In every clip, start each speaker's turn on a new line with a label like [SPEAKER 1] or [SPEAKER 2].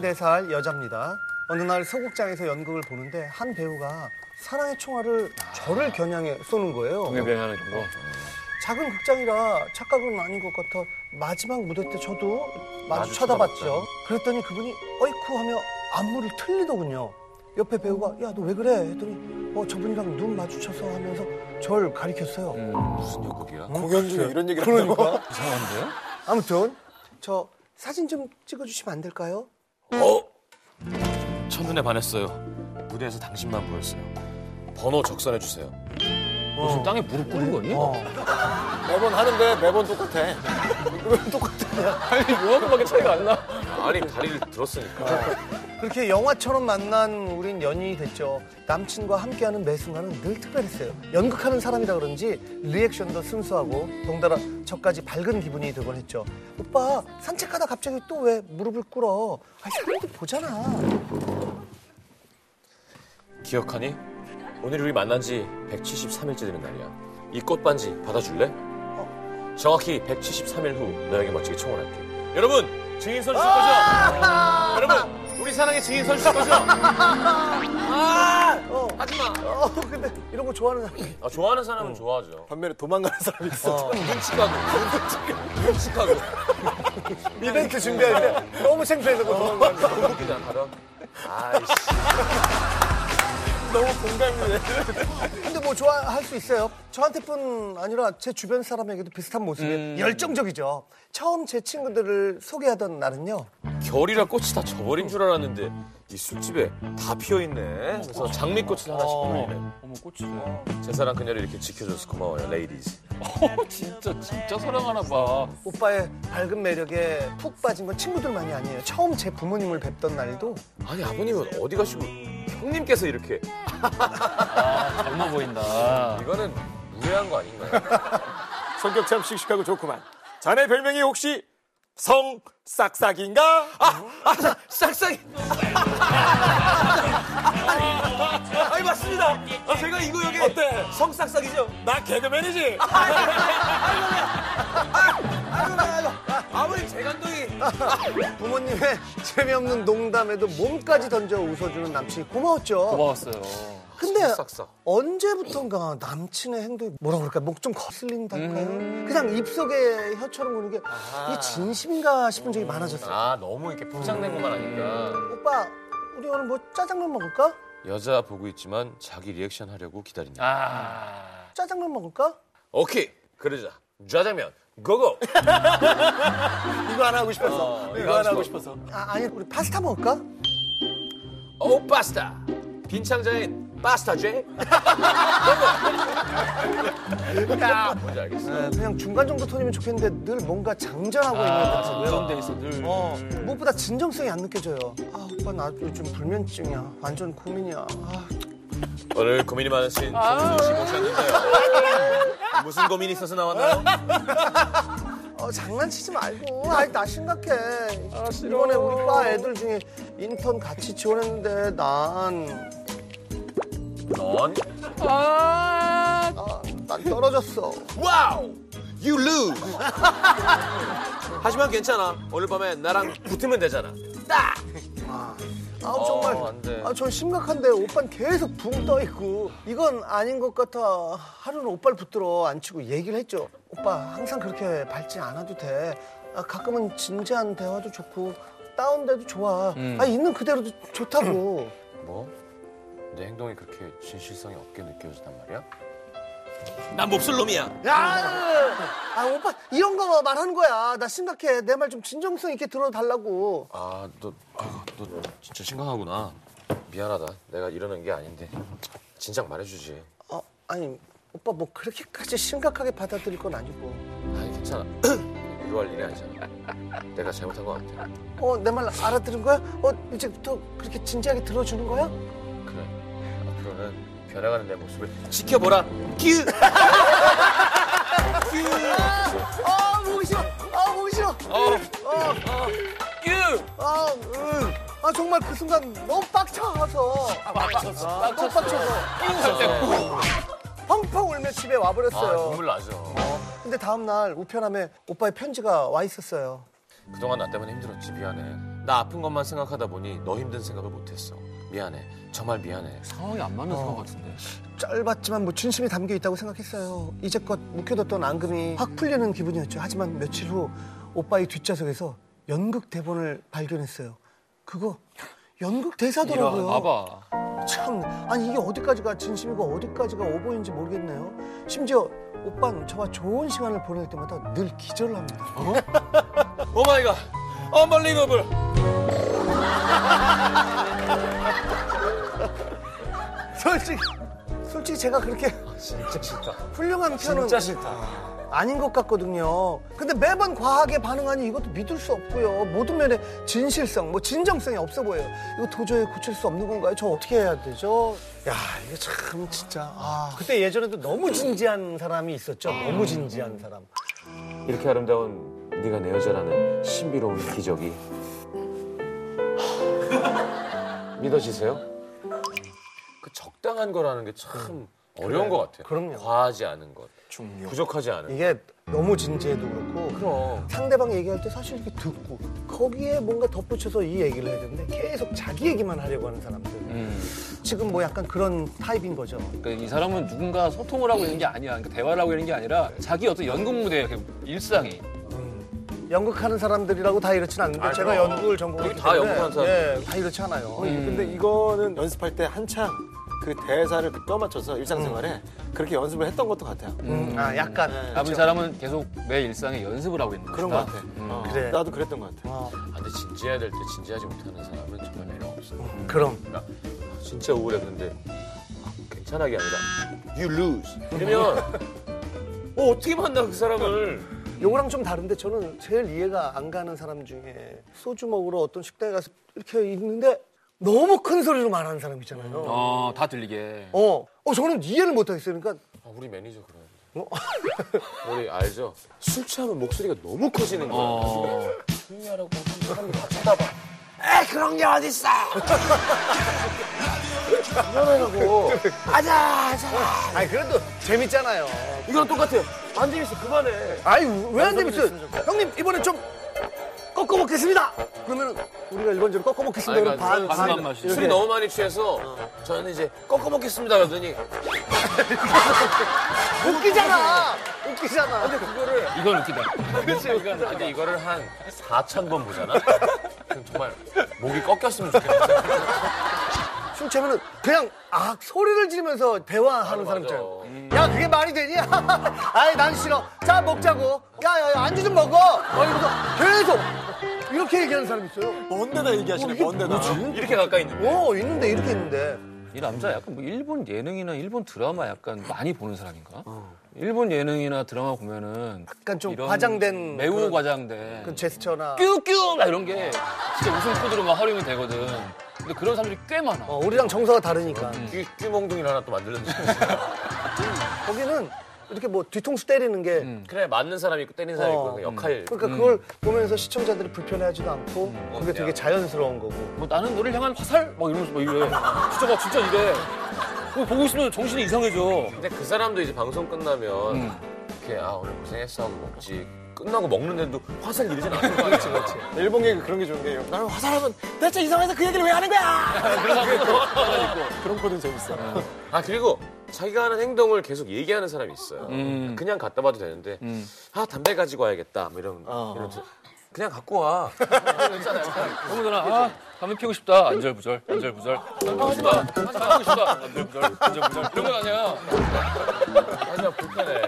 [SPEAKER 1] 24살 여자입니다. 어느 날 소극장에서 연극을 보는데 한 배우가 사랑의 총알을 저를 겨냥해 쏘는
[SPEAKER 2] 어.
[SPEAKER 1] 거예요.
[SPEAKER 3] 변하는 거.
[SPEAKER 1] 작은 극장이라 착각은 아닌 것 같아 마지막 무대 때 저도 마주 쳐다봤죠. 그랬더니 그분이 어이쿠 하며 안무를 틀리더군요. 옆에 배우가 야 너 왜 그래 했더니 어 저분이랑 눈 마주쳐서 하면서 절 가리켰어요.
[SPEAKER 3] 음.
[SPEAKER 1] 어?
[SPEAKER 4] 무슨 연극이야?
[SPEAKER 2] 음. 공연 중에 이런 얘기를
[SPEAKER 1] 그러니까
[SPEAKER 4] 이상한데요?
[SPEAKER 1] 아무튼 저 사진 좀 찍어주시면 안 될까요?
[SPEAKER 3] 첫눈에 반했어요. 무대에서 당신만 보였어요. 번호 적선해 주세요. 무슨 땅에 무릎 꿇은 거 아니야?
[SPEAKER 2] 어. 매번 하는데 매번 똑같아.
[SPEAKER 3] 아니 요만큼밖에 차이가 안 나.
[SPEAKER 4] 아니 다리를 들었으니까.
[SPEAKER 1] 그렇게 영화처럼 만난 우린 연인이 됐죠. 남친과 함께하는 매 순간은 늘 특별했어요. 연극하는 사람이라 그런지 리액션도 순수하고 동달아 저까지 밝은 기분이 되곤 했죠. 오빠 산책하다 갑자기 또 왜 무릎을 꿇어? 아 사람들 보잖아.
[SPEAKER 3] 기억하니? 오늘 우리 만난 지 173일째 되는 날이야. 이 꽃반지 받아줄래?
[SPEAKER 2] 어.
[SPEAKER 3] 정확히 173일 후 너에게 멋지게 청혼할게. 여러분 증인 서주실 거죠?
[SPEAKER 2] 아!
[SPEAKER 3] 여러분 우리 사랑의 증인 서주실 거죠?
[SPEAKER 1] 어. 하지마. 어 근데 이런 거 좋아하는 사람이.
[SPEAKER 3] 아, 좋아하는 사람은 좋아하죠.
[SPEAKER 2] 반면에 도망가는 사람이 있어.
[SPEAKER 3] 눈치가고 눈치가고
[SPEAKER 1] 이벤트 준비할 때 너무 창피해서 그런 거.
[SPEAKER 3] 웃기지 않다. 아이씨.
[SPEAKER 1] 근데 뭐 좋아할 수 있어요. 저한테뿐 아니라 제 주변 사람에게도 비슷한 모습이 열정적이죠. 처음 제 친구들을 소개하던 날은요.
[SPEAKER 3] 결이라 꽃이 다 져버린 줄 알았는데 이 술집에 다 피어있네. 그래서
[SPEAKER 5] 아,
[SPEAKER 3] 장미꽃을 하나씩 뿌리네.
[SPEAKER 4] 어머 꽃이네.
[SPEAKER 3] 제 사랑 그녀를 이렇게 지켜줘서 고마워요, 레이디즈.
[SPEAKER 4] 어 진짜 진짜 사랑하나 봐.
[SPEAKER 1] 오빠의 밝은 매력에 푹 빠진 건 친구들만이 아니에요. 처음 제 부모님을 뵙던 날도
[SPEAKER 3] 아니 아버님은 어디 가시고 형님께서 이렇게
[SPEAKER 4] 닮아 보인다.
[SPEAKER 3] 이거는 무례한 거 아닌가요?
[SPEAKER 2] 성격 참 씩씩하고 좋구만. 자네 별명이 혹시 성 싹싹인가? 아,
[SPEAKER 3] 싹싹이. 아니 맞습니다. 제가 이거 여기
[SPEAKER 2] 어때?
[SPEAKER 3] 성싹싹이죠.
[SPEAKER 2] 나 개그맨이지.
[SPEAKER 3] 아버님 재간동이.
[SPEAKER 1] 부모님의 재미없는 농담에도 몸까지 던져 웃어주는 남친이 고마웠죠.
[SPEAKER 5] 뭐
[SPEAKER 4] 고마웠어요.
[SPEAKER 1] 근데
[SPEAKER 3] 싹싹.
[SPEAKER 1] 언제부턴가 남친의 행동이 뭐라 그럴까? 목 좀 거슬린달까요? 그냥 입속에 혀처럼 오는 게 이 진심인가 싶은 적이 많아졌어요.
[SPEAKER 3] 아 너무 이렇게 포장된 것만 하니까
[SPEAKER 1] 오빠, 우리 오늘 뭐 짜장면 먹을까?
[SPEAKER 3] 여자 보고 있지만 자기 리액션 하려고 기다린다.
[SPEAKER 4] 아
[SPEAKER 1] 짜장면 먹을까?
[SPEAKER 3] 오케이 그러자 짜장면 고고.
[SPEAKER 2] 이거 안 하고 싶어서.
[SPEAKER 3] 어,
[SPEAKER 2] 이거 안 하고 싶어서.
[SPEAKER 1] 아, 아니, 우리 파스타 먹을까?
[SPEAKER 3] 오 파스타 빈 창자인 파스타 죄 야, 뭔지 알겠어
[SPEAKER 1] 네, 그냥 중간 정도 톤이면 좋겠는데 늘 뭔가 장전하고 있는 듯한
[SPEAKER 4] 외로운데 있어 늘.
[SPEAKER 3] 음.
[SPEAKER 1] 어, 무엇보다 진정성이 안 느껴져요. 아, 오빠 나 요즘 불면증이야. 완전 고민이야. 아,
[SPEAKER 3] 오늘 고민이 많으신 정준호 씨 모셨는데요 무슨 고민이 있어서 나왔나요?
[SPEAKER 1] 어, 장난치지 말고. 아이, 나 심각해. 이번에 우리 과 애들 중에 인턴 같이 지원했는데 난,
[SPEAKER 3] 넌
[SPEAKER 1] 아, 난 떨어졌어.
[SPEAKER 3] 와우 You lose 하지만 괜찮아 오늘 밤에 나랑 붙으면 되잖아
[SPEAKER 1] 아, 정말.
[SPEAKER 3] 어, 안 돼.
[SPEAKER 1] 아, 전 심각한데 오빤 계속 붕 떠 있고. 이건 아닌 것 같아. 하루는 오빠를 붙들어 앉히고 얘기를 했죠. 오빠, 항상 그렇게 밝지 않아도 돼. 아, 가끔은 진지한 대화도 좋고, 다운돼도 좋아.
[SPEAKER 3] 음.
[SPEAKER 1] 아, 있는 그대로도 좋다고.
[SPEAKER 3] 뭐? 내 행동이 그렇게 진실성이 없게 느껴진단 말이야?
[SPEAKER 4] 난 몹쓸 놈이야.
[SPEAKER 1] 야! 아, 오빠, 이런 거 말하는 거야. 나 심각해. 내 말 좀 진정성 있게 들어달라고.
[SPEAKER 3] 아, 너, 아, 너 진짜 심각하구나. 미안하다. 내가 이러는 게 아닌데. 진작 말해주지.
[SPEAKER 1] 어, 아니, 오빠 뭐 그렇게까지 심각하게 받아들일 건 아니고.
[SPEAKER 3] 아니, 괜찮아. 위로할 일이 아니잖아. 내가 잘못한 것 같아.
[SPEAKER 1] 어, 내 말 알아들은 거야? 어, 이제부터 그렇게 진지하게 들어주는 거야?
[SPEAKER 3] 그래. 앞으로는 변해가는 내 모습을 지켜보라. 끼!
[SPEAKER 1] 아, 보기 싫어. 아, 보기 싫어. 어, 어, 아, 응. 아, 정말 그 순간 너무 빡쳐서. 아, 빡쳐서. 너무 빡쳐서. 펑펑 울며 집에 와버렸어요.
[SPEAKER 3] 아, 눈물 나죠.
[SPEAKER 1] 근데 다음날 우편함에 오빠의 편지가 와 있었어요.
[SPEAKER 3] 그동안 나 때문에 힘들었지. 미안해. 나 아픈 것만 생각하다 보니 너 힘든 생각을 못했어. 미안해. 정말 미안해.
[SPEAKER 4] 상황이 안 맞는 상황 같은데.
[SPEAKER 1] 짧았지만 뭐 진심이 담겨 있다고 생각했어요. 이제껏 묵혀뒀던 앙금이 확 풀리는 기분이었죠. 하지만 며칠 후 오빠의 뒷좌석에서 연극 대본을 발견했어요. 그거 연극 대사더라고요.
[SPEAKER 4] 봐봐.
[SPEAKER 1] 참 아니 이게 어디까지가 진심이고 어디까지가 오보인지 모르겠네요. 심지어 오빠는 저와 좋은 시간을 보낼 때마다 늘 기절을 합니다.
[SPEAKER 3] 오 마이 갓. 언벌리버블.
[SPEAKER 1] 솔직히 솔직히 제가 그렇게
[SPEAKER 3] 아, 진짜 싫다.
[SPEAKER 1] 훌륭한 편은
[SPEAKER 3] 진짜 싫다.
[SPEAKER 1] 아닌 것 같거든요. 근데 매번 과하게 반응하니 이것도 믿을 수 없고요. 모든 면에 진실성, 뭐 진정성이 없어 보여요. 이거 도저히 고칠 수 없는 건가요? 저 어떻게 해야 되죠? 야, 이거 참 진짜. 아, 그때 예전에도 너무 진지한 사람이 있었죠. 너무 진지한 사람.
[SPEAKER 3] 이렇게 아름다운 네가 내 여자라는 신비로운 기적이 하, 믿어지세요? 그 적당한 거라는 게 참 어려운 것 같아요.
[SPEAKER 1] 그럼요.
[SPEAKER 3] 과하지 않은 것,
[SPEAKER 2] 중요.
[SPEAKER 3] 부족하지 않은.
[SPEAKER 1] 이게 너무 진지해도 그렇고
[SPEAKER 3] 그럼.
[SPEAKER 1] 상대방 얘기할 때 사실 이렇게 듣고 거기에 뭔가 덧붙여서 이 얘기를 해야 되는데 계속 자기 얘기만 하려고 하는 사람들. 지금 뭐 약간 그런 타입인 거죠.
[SPEAKER 5] 음, 그러니까 이 사람은 누군가 소통을 하고 있는 게 아니야. 그러니까 대화를 하고 있는 게 아니라 자기 어떤 연극 무대 이렇게
[SPEAKER 3] 네,
[SPEAKER 5] 일상이
[SPEAKER 1] 연극하는 사람들이라고 다 이렇지 않는데 제가 연극을 전공했기
[SPEAKER 3] 여기 아, 다
[SPEAKER 1] 때문에
[SPEAKER 3] 연극하는 사람. 음.
[SPEAKER 1] 예, 다 이렇지 않아요.
[SPEAKER 2] 근데 이거는 연습할 때 한창 그 대사를 떠맞춰서 일상생활에 그렇게 연습을 했던 것도 같아요.
[SPEAKER 1] 음, 아 약간
[SPEAKER 2] 네.
[SPEAKER 3] 그렇죠.
[SPEAKER 5] 아무 이 사람은 계속 내 일상에 연습을 하고 있는
[SPEAKER 2] 그런 것
[SPEAKER 5] 것이다.
[SPEAKER 2] 같아.
[SPEAKER 5] 음.
[SPEAKER 2] 어,
[SPEAKER 1] 그래.
[SPEAKER 2] 나도 그랬던 것 같아.
[SPEAKER 1] 어,
[SPEAKER 3] 아, 근데 진지해야 될 때 진지하지 못하는 사람은 정말 매력 없어요.
[SPEAKER 1] 그럼
[SPEAKER 3] 그러니까 아, 진짜 우울해 근데 아, 괜찮아게 아니라 you lose 그러면 어, 어떻게 만나 그 사람을
[SPEAKER 1] 요거랑 좀 다른데 저는 제일 이해가 안 가는 사람 중에 소주 먹으러 어떤 식당에 가서 이렇게 있는데 너무 큰 소리로 말하는 사람 있잖아요.
[SPEAKER 3] 음.
[SPEAKER 1] 어,
[SPEAKER 5] 어, 다 들리게.
[SPEAKER 1] 어, 저는 이해를 못 하겠어요. 그러니까
[SPEAKER 3] 아, 우리 매니저 그래요
[SPEAKER 1] 어?
[SPEAKER 3] 우리 알죠 술 취하면 목소리가 너무 커지는 거야
[SPEAKER 5] 어.
[SPEAKER 3] 조용히 하라고 사람이 다 쳐다봐
[SPEAKER 1] 에 그런 게 어딨어?
[SPEAKER 3] 그러고
[SPEAKER 1] 아자 아자. 아니 그래도 재밌잖아요.
[SPEAKER 3] 이거랑 똑같아요 안 재밌어 그만해
[SPEAKER 1] 아니 왜 안 재밌어? 형님 이번엔 좀 꺾어 먹겠습니다. 그러면은 우리가 일본적으로 꺾어 먹겠습니다. 그럼 반,
[SPEAKER 3] 그러니까
[SPEAKER 1] 반,
[SPEAKER 5] 반만 마시죠.
[SPEAKER 1] 이렇게.
[SPEAKER 3] 술이 너무 많이 취해서 저는 이제 꺾어 먹겠습니다 그러더니
[SPEAKER 1] 웃기잖아. 웃기잖아.
[SPEAKER 3] 그거를
[SPEAKER 5] 이건 웃기다.
[SPEAKER 3] 아, 근데 이거를 한 4천 번 보잖아 그럼 정말 목이 꺾였으면 좋겠어
[SPEAKER 1] 술 취하면은 그냥 아 소리를 지르면서 대화하는 사람 있잖아요.
[SPEAKER 3] 맞아.
[SPEAKER 1] 야 그게 말이 되니? 아이 난 싫어. 자 먹자고. 야야야 안주 좀 먹어. 어, 이러면서 계속 이렇게 얘기하는 사람 있어요.
[SPEAKER 2] 뭔데다 아, 얘기하시네, 뭔데다.
[SPEAKER 3] 이렇게 가까이 있는
[SPEAKER 1] 오 있는데 이렇게 있는데.
[SPEAKER 5] 이 남자 약간 뭐 일본 예능이나 일본 드라마 약간 많이 보는 사람인가? 일본 예능이나 드라마 보면은
[SPEAKER 1] 약간 좀
[SPEAKER 5] 이런
[SPEAKER 1] 과장된
[SPEAKER 5] 매우
[SPEAKER 1] 그런-
[SPEAKER 5] 과장된
[SPEAKER 1] 그 제스처나.
[SPEAKER 5] 뀨뀨 막 이런 게 진짜 웃음 코드로 막 활용이 되거든. 근데 그런 사람들이 꽤 많아.
[SPEAKER 1] 어, 우리랑 정서가 다르니까.
[SPEAKER 3] 귀, 귀몽둥이를 하나 또 만들었는데.
[SPEAKER 1] 거기는 이렇게 뭐 뒤통수 때리는 게.
[SPEAKER 3] 그래, 맞는 사람이 있고 때리는 사람이 있고
[SPEAKER 1] 어.
[SPEAKER 3] 역할.
[SPEAKER 1] 그러니까 그걸 보면서 시청자들이 불편해하지도 않고 그게 되게
[SPEAKER 3] 그냥.
[SPEAKER 1] 자연스러운 거고.
[SPEAKER 5] 뭐 나는 너를 향한 화살? 막 이러면서 막 이래. 진짜 막 진짜 이래. 그거 보고 있으면 정신이 이상해져.
[SPEAKER 3] 근데 그 사람도 이제 방송 끝나면
[SPEAKER 1] 음.
[SPEAKER 3] 이렇게 아 오늘 고생했어 하고 먹지. 끝나고 먹는데도 화살 이르진 않는 거 아니야? 그렇지.
[SPEAKER 2] 일본 게 그런 게 좋은 게요. 나는 화살하면 대체 이상해서 그 얘기를 왜 하는 거야! 그런 거는 재밌어.
[SPEAKER 3] 아 그리고 자기가 하는 행동을 계속 얘기하는 사람이 있어요. 그냥 갖다 봐도 되는데 아 담배 가지고 와야겠다. 뭐 이런 이런. 그러니까 그냥 갖고 와.
[SPEAKER 5] 너무 누나, 아, 담배 피우고 싶다. 안절부절, 안절부절. 담배 피우고 싶다. 하지 마, 피우고 싶다. 안절부절, 안절부절. 이런 건 아니야.
[SPEAKER 3] 아니야 불편해.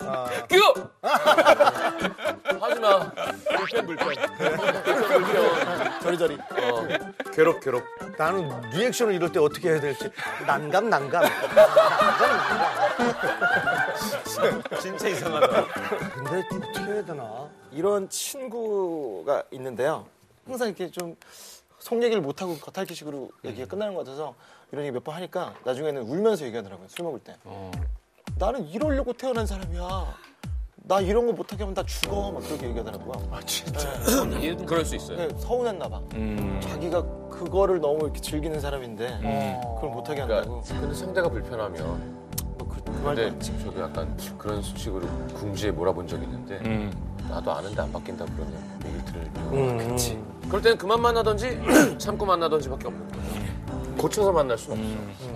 [SPEAKER 5] 아. 뀨!
[SPEAKER 3] 하지 마. 불편 불편. 불편 불편.
[SPEAKER 2] 저리저리.
[SPEAKER 3] 어. 괴롭 괴롭.
[SPEAKER 1] 나는 리액션을 이럴 때 어떻게 해야 될지 난감 난감.
[SPEAKER 3] 진짜 이상하다.
[SPEAKER 1] 근데 어떻게 해야 되나?
[SPEAKER 2] 이런 친구가 있는데요. 항상 이렇게 좀 속 얘기를 못하고 겉핥기식으로 얘기가
[SPEAKER 3] 음.
[SPEAKER 2] 끝나는 것 같아서 이런 얘기 몇 번 하니까 나중에는 울면서 얘기하더라고요. 술 먹을 때.
[SPEAKER 3] 어.
[SPEAKER 2] 나는 이러려고 태어난 사람이야. 나 이런 거 못하게 하면 나 죽어. 막 그렇게 얘기하더라고요.
[SPEAKER 3] 아, 그럴 수 있어요.
[SPEAKER 2] 네, 서운했나 봐.
[SPEAKER 3] 음.
[SPEAKER 2] 자기가 그거를 너무 이렇게 즐기는 사람인데 그걸 못하게 한다고.
[SPEAKER 3] 그러니까 근데 상대가 불편하면
[SPEAKER 2] 뭐 그, 그 말도
[SPEAKER 3] 근데
[SPEAKER 2] 있지.
[SPEAKER 3] 저도 약간 그런 식으로 궁지에 몰아본 적이 있는데 나도 아는데 안 바뀐다 그런 얘기를 들으면
[SPEAKER 1] 그렇지.
[SPEAKER 3] 그럴 땐 그만 만나든지 참고 만나든지밖에 없는 거예요. 고쳐서 만날 수는 없어.